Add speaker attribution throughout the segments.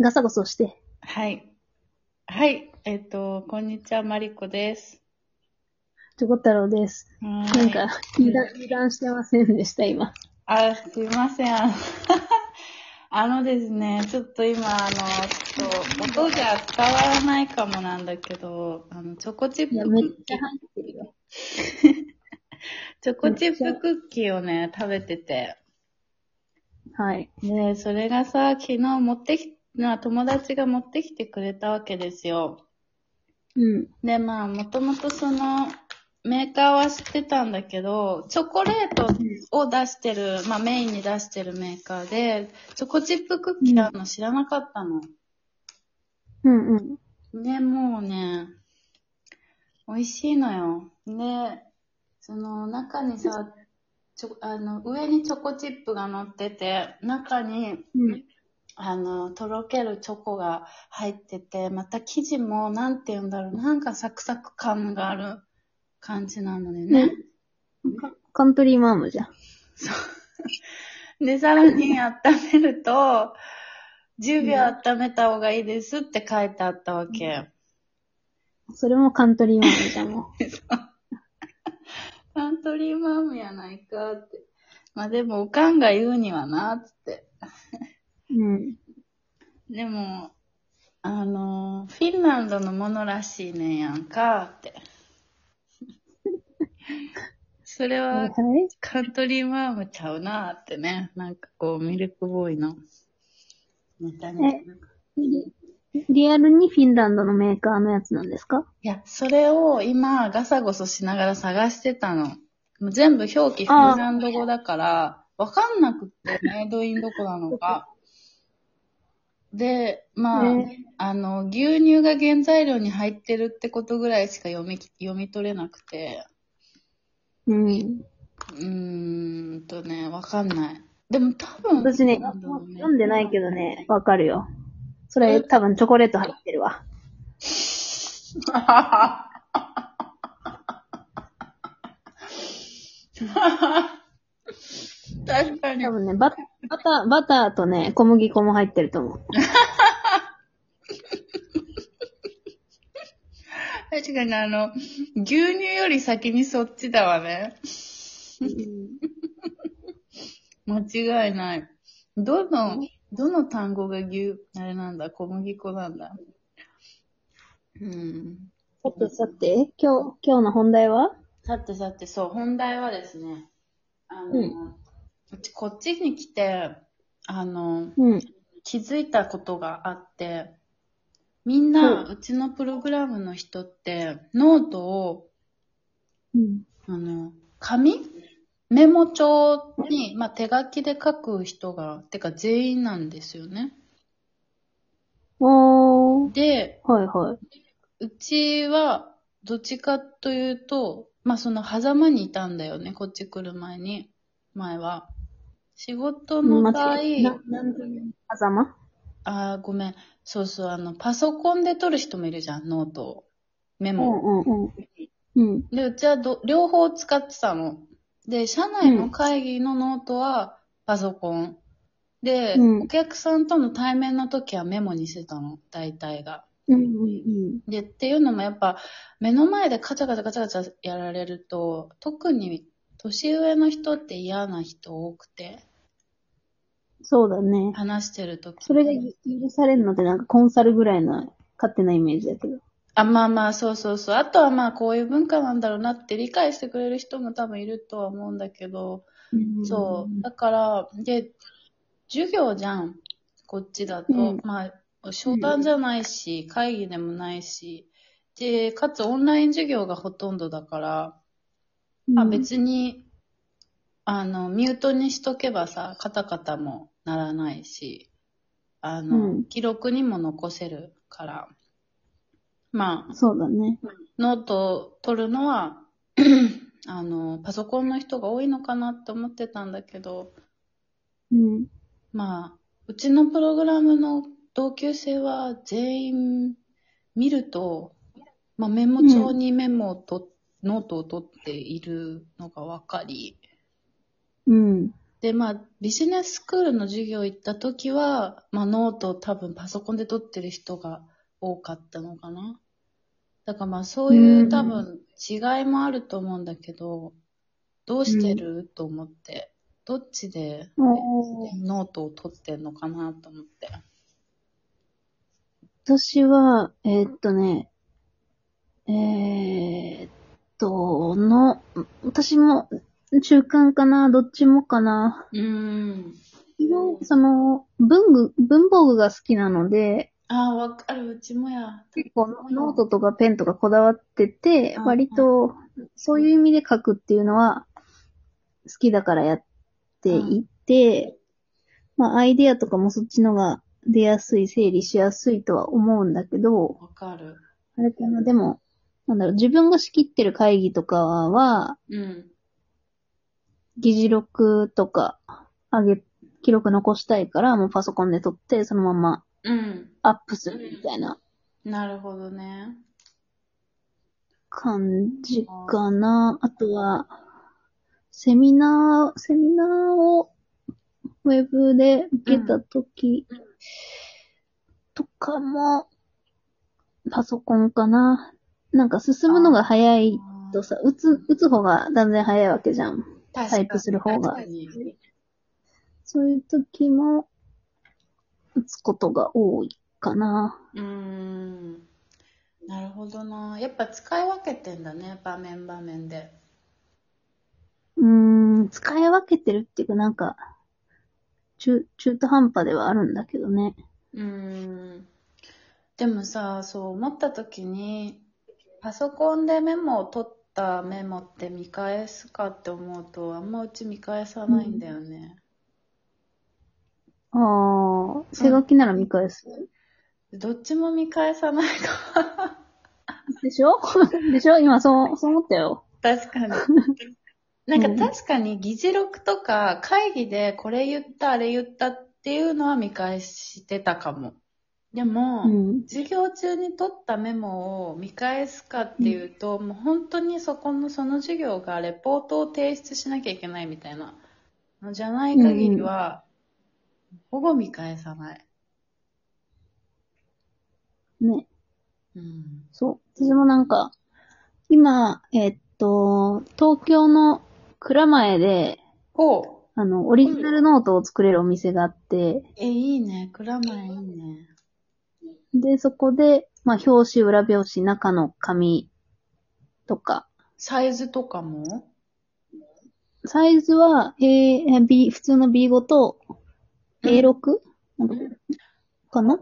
Speaker 1: ガサゴソして。
Speaker 2: はい。はい。えっ、と、こんにちは、マリコです。
Speaker 1: ちょこ太郎です。
Speaker 2: な
Speaker 1: なんか、油断、油断してませんでした、今。
Speaker 2: あ、すいません。 あのあのですね、ちょっと今、あの、ちょっと、音じゃ伝わらないかもなんだけど、あの、チョコチッ
Speaker 1: いや、めっ
Speaker 2: プ、
Speaker 1: ちゃ入ってるよ。
Speaker 2: チョコチップクッキーをね、食べてて。
Speaker 1: はい。
Speaker 2: で、それがさ、昨日持ってき、な友達が持ってきてくれたわけですよ。
Speaker 1: うん。
Speaker 2: で、まあ、もともとその、メーカーは知ってたんだけど、チョコレートを出してる、まあメインに出してるメーカーで、チョコチップクッキーなの知らなかったの。
Speaker 1: うんうん。
Speaker 2: ね、もうね、美味しいのよ。で、その中にさ、ちょあの上にチョコチップが乗ってて、中に
Speaker 1: うん。
Speaker 2: あの、とろけるチョコが入ってて、また生地も、なんて言うんだろう、なんかサクサク感がある感じなのでね。
Speaker 1: ねカントリーマームじゃん。
Speaker 2: で、さらに温めると、10秒温めた方がいいですって書いてあったわけ。
Speaker 1: それもカントリーマームじゃん、も
Speaker 2: カントリーマームやないかって。まあでも、おかんが言うにはな、つって。
Speaker 1: う。うん。
Speaker 2: でも、あの、フィンランドのものらしいねんやんか、って。それ
Speaker 1: は、。
Speaker 2: はいカントリーマームちゃうなーってね。なんかこう、ミルクボーイのネタに。い
Speaker 1: リアルにフィンランドのメーカーのやつなんですか
Speaker 2: や、それを今、ガサゴソしながら探してたの。もう全部表記フ
Speaker 1: あー
Speaker 2: ィンランド語だから、わかんなくって、メイドインどこなのか。で、まあ、
Speaker 1: ね
Speaker 2: あの、牛乳が原材料に入ってるってことぐらいしか読み、読み取れなくて。
Speaker 1: うん。
Speaker 2: うーんとね、わかんない。でも多分、
Speaker 1: 私ね、
Speaker 2: フィンランドのね
Speaker 1: 読んでないけどね、わかるよ。それ多分チョコレート入ってるわ。
Speaker 2: 確かに
Speaker 1: 多。分ね、ババター、バターとね、小麦粉も入ってると思う。
Speaker 2: 確かにあの、牛乳より先にそっちだわね。間違いない。どの、どの単語が牛、あれなんだ、小麦粉なんだ。うん。
Speaker 1: さてさて、今日、今日の本題は
Speaker 2: さてさて、そう、本題はですね、あの、
Speaker 1: う
Speaker 2: うんちこっちに来て、あの、
Speaker 1: うん。
Speaker 2: 気づいたことがあって、みんな、うちのプログラムの人って、ノートを、
Speaker 1: うん。
Speaker 2: あの、紙メモ帳に、まあ、手書きで書く人が、てか全員なんですよね。
Speaker 1: おー。
Speaker 2: で、
Speaker 1: はいは
Speaker 2: うちは、どっちかというと、まあ、その、狭間にいたんだよね、こっち来る前に、前は。仕事
Speaker 1: い。
Speaker 2: の場合
Speaker 1: 間、違いな、なんで、あざま
Speaker 2: ああ、ごめん。そうそう、あの、パソコンで撮る人もいるじゃん、ノートを。メ
Speaker 1: う
Speaker 2: モを。
Speaker 1: んうんうん。うん。
Speaker 2: で、うちはど両方使ってたの。で、社内の会議のノートはパソコン。で、
Speaker 1: うん
Speaker 2: お客さんとの対面の時はメモにしてたの、大体が。
Speaker 1: うんうん
Speaker 2: で、っていうのもやっぱ、目の前でカチャカチャカチャカチャやられると、特に年上の人って嫌な人多くて、
Speaker 1: うん。そうだね。
Speaker 2: 話してる時
Speaker 1: それが許されるのってなんかコンサルぐらいな勝手なイメージだけど。
Speaker 2: あ、まあまあ、そうそうそう。あとはまあ、こういう文化なんだろうなって理解してくれる人も多分いるとは思うんだけど、そう。だから、で、授業じゃん。こっちだと。
Speaker 1: うん
Speaker 2: まあ、商談じゃないし、会議でもないし。で、かつオンライン授業がほとんどだから、
Speaker 1: うん。
Speaker 2: まあ別に、あの、ミュートにしとけばさ、カタカタもならないし、あの、
Speaker 1: うん
Speaker 2: 記録にも残せるから。まあ、
Speaker 1: そうだね。
Speaker 2: ノートを取るのは、 あの、パソコンの人が多いのかなって思ってたんだけど、
Speaker 1: うん。
Speaker 2: まあ、うちのプログラムの同級生は全員見ると、まあ、メモ帳にメモをと、ノートを取っているのがわかり、
Speaker 1: うん。
Speaker 2: で、まあ、ビジネススクールの授業行った時は、まあ、ノートを多分パソコンで取ってる人が多かったのかな。だからまあ、そういううん多分違いもあると思うんだけど、どうしてる、と思って、どっちで
Speaker 1: おー
Speaker 2: ノートを取ってんのかなと思って。
Speaker 1: 私は、えーっとね、えーっと、の、私も中間かな、どっちもかな。
Speaker 2: うーん。
Speaker 1: その、文具、文房具が好きなので、
Speaker 2: ああ、わかる、うちもや。
Speaker 1: 結構ノートとかペンとかこだわってて、
Speaker 2: うん
Speaker 1: 割とそういう意味で書くっていうのは好きだからやっていて、まあアイデアとかもそっちのが出やすい、整理しやすいとは思うんだけど、
Speaker 2: わかる。
Speaker 1: あれかな、でも、なんだろう、自分が仕切ってる会議とかは、
Speaker 2: うん。
Speaker 1: 議事録とか、あげ、記録残したいから、もうパソコンで撮って、そのまま
Speaker 2: うん。
Speaker 1: アップするみたいな
Speaker 2: なるほどね。
Speaker 1: 感じかな。あとは、セミナー、セミナーをウェブで受けたときとかも、パソコンかな。なんか進むのが早いとさ、打つ、打つ方が断然早いわけじゃん。
Speaker 2: 確
Speaker 1: タイプする方が
Speaker 2: 確かに
Speaker 1: そういう時も、打つことが多いかな。
Speaker 2: うーん。なるほどな。やっぱ使い分けてんだね、場面場面で。
Speaker 1: うーん、使い分けてるっていうか、なんか、中、中途半端ではあるんだけどね。
Speaker 2: うーん。でもさ、そう思った時に、パソコンでメモを取ったメモって見返すかって思うと、あんまうち見返さないんだよね。
Speaker 1: ああ、背書きなら見返す。
Speaker 2: どっちも見返さないか。
Speaker 1: でしょ でしょ今そう、そう思ったよ。
Speaker 2: 確かに。なんか確かに議事録とか会議でこれ言ったあれ言ったっていうのは見返してたかも。でも、
Speaker 1: うん。
Speaker 2: 授業中に取ったメモを見返すかっていうと、もう本当にそこのその授業がレポートを提出しなきゃいけないみたいなのじゃない限りは、ほぼ見返さない。
Speaker 1: ね、
Speaker 2: うん。
Speaker 1: そう。私もなんか、今、えっと、東京の蔵前で、
Speaker 2: ほう。
Speaker 1: あの、オリジナルノートを作れるお店があって、
Speaker 2: え、いいね。蔵前いいね。
Speaker 1: で、そこで、まあ、表紙、裏表紙、中の紙とか、
Speaker 2: サイズとかも
Speaker 1: サイズは A、B、普通の B5 と A6? かな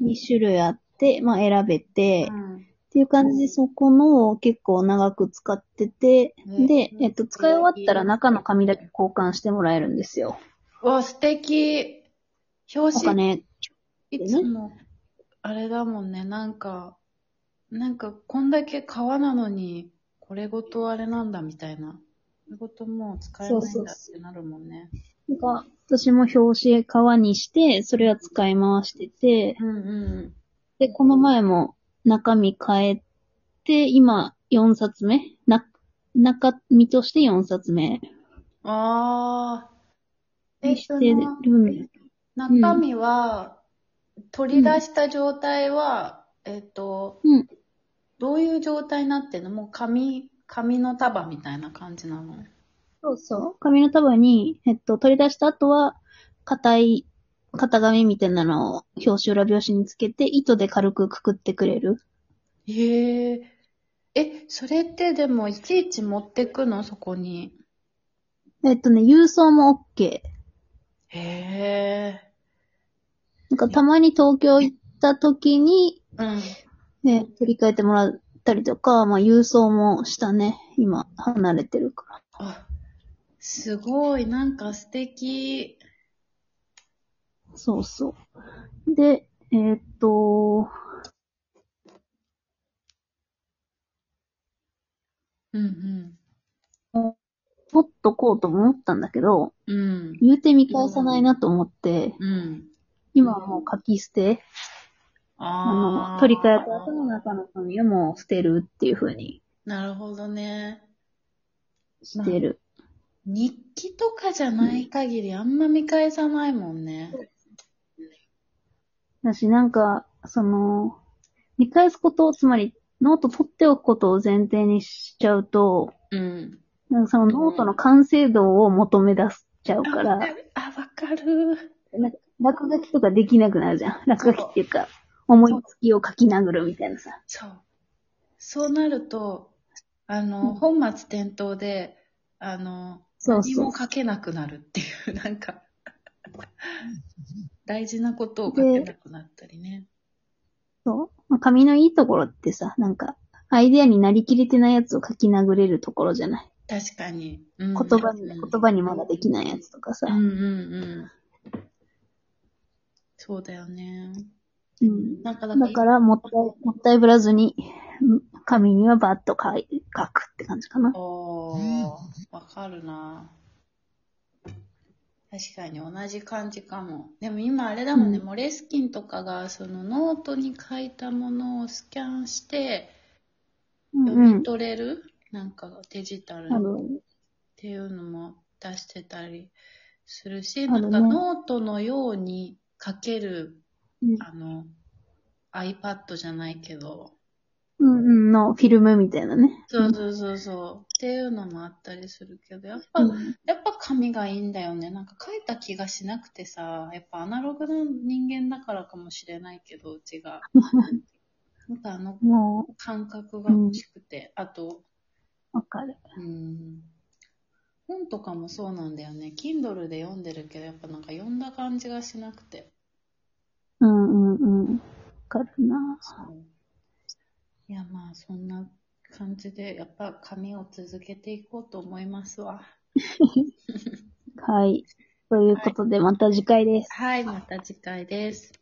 Speaker 1: ?2 種類あって、まあ、選べて、
Speaker 2: うん。
Speaker 1: っていう感じで、そこのを結構長く使ってて、
Speaker 2: うん
Speaker 1: で、えっと、使い終わったら中の紙だけ交換してもらえるんですよ。
Speaker 2: うわ、素敵。
Speaker 1: お
Speaker 2: 表紙
Speaker 1: 金。
Speaker 2: いつも、あれだもんね、なんか、なんか、こんだけ皮なのに、これごとあれなんだみたいな。これごともう使えない
Speaker 1: そうそ
Speaker 2: んだ
Speaker 1: う
Speaker 2: っ
Speaker 1: そ
Speaker 2: てなるもんね。
Speaker 1: なんか、私も表紙革にして、それは使い回してて、
Speaker 2: うんうん
Speaker 1: で、この前も中身変えて、今4冊目な、中身として4冊目
Speaker 2: うん。あー。え
Speaker 1: に
Speaker 2: っ
Speaker 1: して
Speaker 2: と、
Speaker 1: るんです
Speaker 2: 中身は、取り出した状態は、えっと、
Speaker 1: うん。
Speaker 2: どういう状態になってんのもう紙、紙の束みたいな感じなの
Speaker 1: そうそう。紙の束に、えっと、取り出した後は、硬い、型紙みたいなのを表紙裏表紙につけて、糸で軽くくくってくれる。
Speaker 2: へえ。え、それってでもいちいち持ってくのそこに。
Speaker 1: えっとね、郵送も OK。
Speaker 2: へえ。
Speaker 1: なんかたまに東京行った時に、
Speaker 2: うん。
Speaker 1: ね、取り替えてもらったりとか、まあ郵送もしたね。今、離れてるから。
Speaker 2: あ、すごい、なんか素敵。
Speaker 1: そうそう。で、えーっと、
Speaker 2: うん
Speaker 1: もっとこうとも思ったんだけど、
Speaker 2: うん。うん。
Speaker 1: 言うて見返さないなと思って、
Speaker 2: うん。
Speaker 1: 今はもう書き捨て、あ
Speaker 2: あ
Speaker 1: の、
Speaker 2: あ。
Speaker 1: 取り替えた後の中の紙をもう捨てるっていう風に
Speaker 2: なるほどね。
Speaker 1: してる。
Speaker 2: 日記とかじゃない限りあんま見返さないもんね。
Speaker 1: だし、なんか、その、見返すこと、つまり、ノート取っておくことを前提にしちゃうと、
Speaker 2: うん。
Speaker 1: なんかそのノートの完成度を求め出しちゃうか、
Speaker 2: あ、わから る。あわかる。
Speaker 1: 落書きとかできなくなるじゃん。落書きっていうか、思いつきを書き殴るみたいなさ。
Speaker 2: そう。そうなると、あの、
Speaker 1: うん
Speaker 2: 本末転倒で、あの、
Speaker 1: そう
Speaker 2: 何
Speaker 1: そう
Speaker 2: も。書けなくなるっていう、なんか、大事なことを書けなくなったりね。
Speaker 1: そう。まあ、紙のいいところってさ、なんか、アイデアになりきれてないやつを書き殴れるところじゃない。
Speaker 2: 確かに。
Speaker 1: 言
Speaker 2: 言
Speaker 1: 葉に、言葉にまだできないやつとかさ
Speaker 2: う。んうんうん。そうだよね。
Speaker 1: うん。
Speaker 2: なんかだから
Speaker 1: だから、もったい、もったいぶらずに、うん紙にはバッと書い書くって感じかな。
Speaker 2: おー、わかるな。確かに同じ感じかも。でも今あれだもんね、
Speaker 1: うん
Speaker 2: モレスキンとかがそのノートに書いたものをスキャンして
Speaker 1: うん
Speaker 2: 読
Speaker 1: うん
Speaker 2: み。取れる、なんかデジタル
Speaker 1: 多
Speaker 2: っ
Speaker 1: 分、
Speaker 2: ていうのも出してたりするし、
Speaker 1: あ
Speaker 2: な
Speaker 1: る
Speaker 2: ん
Speaker 1: ね
Speaker 2: かノートのように書ける、
Speaker 1: うん
Speaker 2: あの、iPad じゃないけど、
Speaker 1: うんうんのフィルムみたいなね。
Speaker 2: そうそうそうそう、っていうのもあったりするけど、やっぱ、
Speaker 1: うん
Speaker 2: やっぱ紙がいいんだよね。なんか書いた気がしなくてさ、やっぱアナログな人間だからかもしれないけど、うち が。なんかあの
Speaker 1: も
Speaker 2: 感覚が欲しくて、あと、
Speaker 1: う、わかる。
Speaker 2: うん、本とかもそうなんだよね。Kindle で読んでるけど、やっぱなんか読んだ感じがしなくて。
Speaker 1: うんうんうん。わかるな
Speaker 2: そういや、まあそんな感じで、やっぱ紙を続けていこうと思いますわ。
Speaker 1: はい。ということで、また次回です。
Speaker 2: はい、また次回です。